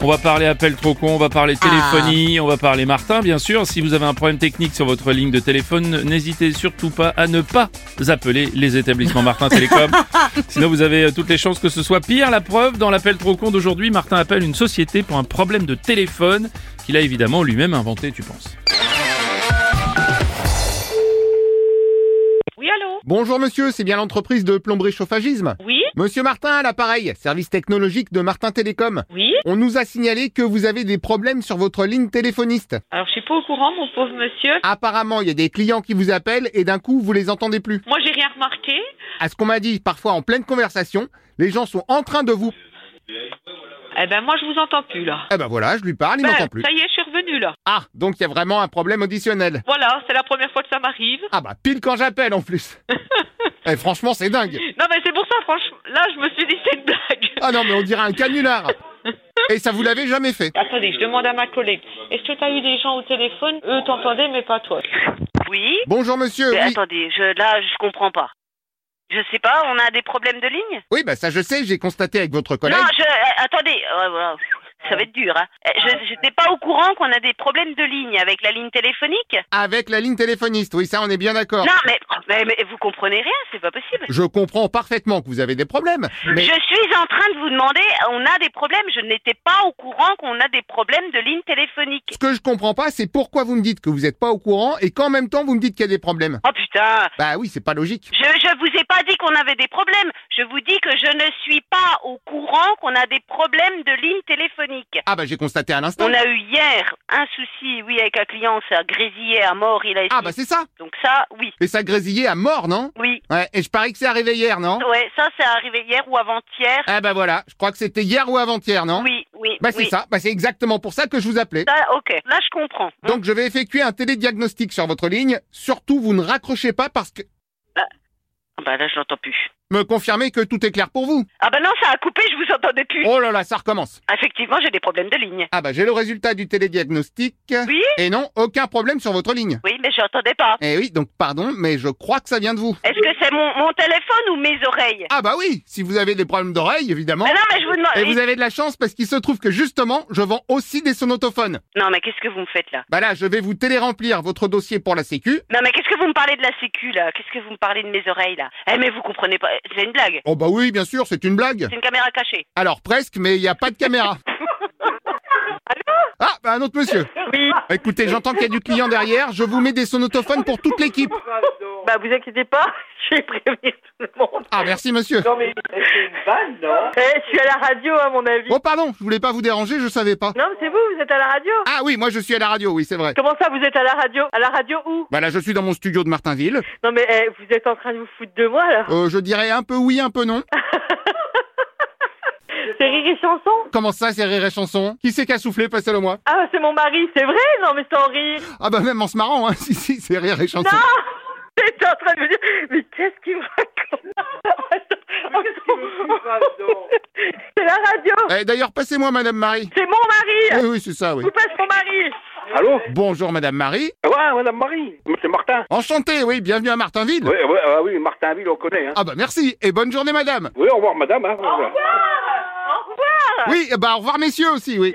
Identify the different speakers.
Speaker 1: On va parler appel trop con, on va parler téléphonie, on va parler Martin, bien sûr. Si vous avez un problème technique sur votre ligne de téléphone, n'hésitez surtout pas à ne pas appeler les établissements Martin Télécom. Sinon, vous avez euh, toutes les chances que ce soit pire. La preuve, dans l'appel trop con d'aujourd'hui, Martin appelle une société pour un problème de téléphone qu'il a évidemment lui-même inventé, tu penses.
Speaker 2: Oui, allô
Speaker 3: Bonjour monsieur, c'est bien l'entreprise de plomberie chauffagisme.
Speaker 2: Oui
Speaker 3: Monsieur Martin à l'appareil, service technologique de Martin Télécom.
Speaker 2: Oui
Speaker 3: On nous a signalé que vous avez des problèmes sur votre ligne téléphoniste.
Speaker 2: Alors, je suis pas au courant, mon pauvre monsieur.
Speaker 3: Apparemment, il y a des clients qui vous appellent et d'un coup, vous les entendez plus.
Speaker 2: Moi, j'ai rien remarqué.
Speaker 3: À ce qu'on m'a dit, parfois en pleine conversation, les gens sont en train de vous...
Speaker 2: Eh ben, moi, je vous entends plus, là.
Speaker 3: Eh ben voilà, je lui parle, il
Speaker 2: Ben,
Speaker 3: m'entend plus.
Speaker 2: ça y est, je suis revenue, là.
Speaker 3: Ah, donc il y a vraiment un problème auditionnel.
Speaker 2: Voilà, c'est la première fois que ça m'arrive.
Speaker 3: Ah bah pile quand j'appelle en plus. Eh, franchement, c'est dingue.
Speaker 2: Non, mais c'est pour ça, franchement. Là, je me suis dit, c'est une blague.
Speaker 3: Ah non, mais on dirait un canular. Et ça vous l'avez jamais fait.
Speaker 2: Attendez, je demande à ma collègue. Est-ce que t'as eu des gens au téléphone Eux t'entendaient, mais pas toi.
Speaker 4: Oui,
Speaker 3: Bonjour monsieur.
Speaker 4: mais
Speaker 3: Oui,
Speaker 4: attendez, je, là, je comprends pas. Je sais pas, on a des problèmes de ligne
Speaker 3: oui bah ça je sais, j'ai constaté avec votre collègue.
Speaker 4: Non, je, euh, attendez, ouais, voilà, ça va être dur. Hein.
Speaker 2: Eh,
Speaker 4: Euh, Je n'étais pas au courant qu'on a des problèmes de ligne avec la ligne téléphonique.
Speaker 3: Avec la ligne téléphoniste, oui ça on est bien d'accord.
Speaker 4: Non, mais, mais, mais vous comprenez rien, c'est pas possible.
Speaker 3: Je comprends parfaitement que vous avez des problèmes, mais
Speaker 4: Je suis en train de vous demander, on a des problèmes, je n'étais pas au courant qu'on a des problèmes de ligne téléphonique.
Speaker 3: ce que je comprends pas c'est pourquoi vous me dites que vous n'êtes pas au courant et qu'en même temps vous me dites qu'il y a des problèmes.
Speaker 4: Oh putain,
Speaker 3: Bah oui, c'est pas logique.
Speaker 4: je, je vous ai pas dit qu'on avait des problèmes, je vous dis que je ne suis pas au courant qu'on a des problèmes de ligne téléphonique.
Speaker 3: Ah bah j'ai constaté à l'instant.
Speaker 4: On a eu hier un souci, oui, avec un client, ça a grésillé à mort, il a
Speaker 3: Ah bah c'est ça.
Speaker 4: Donc ça, oui,
Speaker 3: Et ça grésillait à mort, non
Speaker 4: oui.
Speaker 3: Ouais, et je parie que c'est arrivé hier, non
Speaker 4: Ouais, ça, c'est arrivé hier ou avant-hier.
Speaker 3: Oh. Ah bah voilà, je crois que c'était hier ou avant-hier, non
Speaker 4: Oui, oui,
Speaker 3: Bah c'est
Speaker 4: oui.
Speaker 3: ça, bah c'est exactement pour ça que je vous appelais.
Speaker 4: Ça, Bah, ok, là, je comprends.
Speaker 3: Donc je vais effectuer un télédiagnostic sur votre ligne. Surtout, vous ne raccrochez pas parce que
Speaker 4: Ah bah là, je l'entends plus.
Speaker 3: me confirmez que tout est clair pour vous.
Speaker 4: Ah bah non, ça a coupé, je vous entendais plus. Ah,
Speaker 3: Oh là là, ça recommence.
Speaker 4: Effectivement, j'ai des problèmes de ligne.
Speaker 3: Ah bah j'ai le résultat du télédiagnostic.
Speaker 4: Oui
Speaker 3: Et non, aucun problème sur votre ligne.
Speaker 4: Oui, mais je n'entendais pas.
Speaker 3: Eh oui, donc pardon, mais je crois que ça vient de vous.
Speaker 4: Est-ce que c'est mon, mon téléphone ou mes oreilles
Speaker 3: Ah bah oui, si vous avez des problèmes d'oreille, évidemment.
Speaker 4: Mais non, mais je vous demande...
Speaker 3: Et vous avez de la chance parce qu'il se trouve que justement, je vends aussi des sonotophones.
Speaker 4: Non, mais qu'est-ce que vous me faites, là
Speaker 3: Bah là, je vais vous téléremplir votre dossier pour la sécu.
Speaker 4: Non, mais qu'est-ce que vous me parlez de la sécu, là Qu'est-ce que vous me parlez de mes oreilles, là Eh, mais vous comprenez pas, c'est une blague.
Speaker 3: Oh bah oui, bien sûr, c'est une blague.
Speaker 4: C'est une caméra cachée.
Speaker 3: Alors presque, mais il n'y a pas de caméra. ah, bah, un autre monsieur. Bah,
Speaker 2: Oui.
Speaker 3: Écoutez, j'entends qu'il y a du client derrière. Je vous mets des sonotophones pour toute l'équipe.
Speaker 2: Bah, vous inquiétez pas, je vais prévenir tout le monde.
Speaker 3: Ah, merci monsieur.
Speaker 2: Eh, je suis à la radio, à mon avis.
Speaker 3: Oh, pardon, je voulais pas vous déranger, je savais pas.
Speaker 2: Non, mais c'est vous, vous êtes à la radio
Speaker 3: Ah oui, moi je suis à la radio, oui, c'est vrai.
Speaker 2: Comment ça, vous êtes à la radio À la radio où
Speaker 3: Bah là, je suis dans mon studio de Martinville.
Speaker 2: Non, mais eh, vous êtes en train de vous foutre de moi, là.
Speaker 3: Euh, je dirais un peu oui, un peu non.
Speaker 2: C'est rire et chanson
Speaker 3: Comment ça, c'est rire et chanson Qui c'est qui a soufflé Passez-le moi.
Speaker 2: Ah, c'est mon mari, c'est vrai Non, mais sans rire.
Speaker 3: Ah bah même en se marrant, hein. Si, si, c'est rire et chanson.
Speaker 2: Ah J'étais en train de me dire, mais qu'est-ce qu'il me raconte Attends, encore. C'est la radio
Speaker 3: Eh, d'ailleurs, passez-moi Madame Marie. Eh
Speaker 2: C'est mon mari
Speaker 3: Oui, oui, c'est ça, oui.
Speaker 2: Vous passez mon mari
Speaker 5: Allô
Speaker 3: Bonjour Madame Marie.
Speaker 5: Ouais, madame Marie. Monsieur Martin.
Speaker 3: Enchanté, oui, bienvenue à Martinville.
Speaker 5: Oui, oui, ah oui, Martinville, on connaît. Hein.
Speaker 3: Ah bah merci, et bonne journée Madame.
Speaker 5: Oui, au revoir, madame. Hein.
Speaker 2: Au revoir
Speaker 3: Oui, eh bah au revoir messieurs aussi, oui.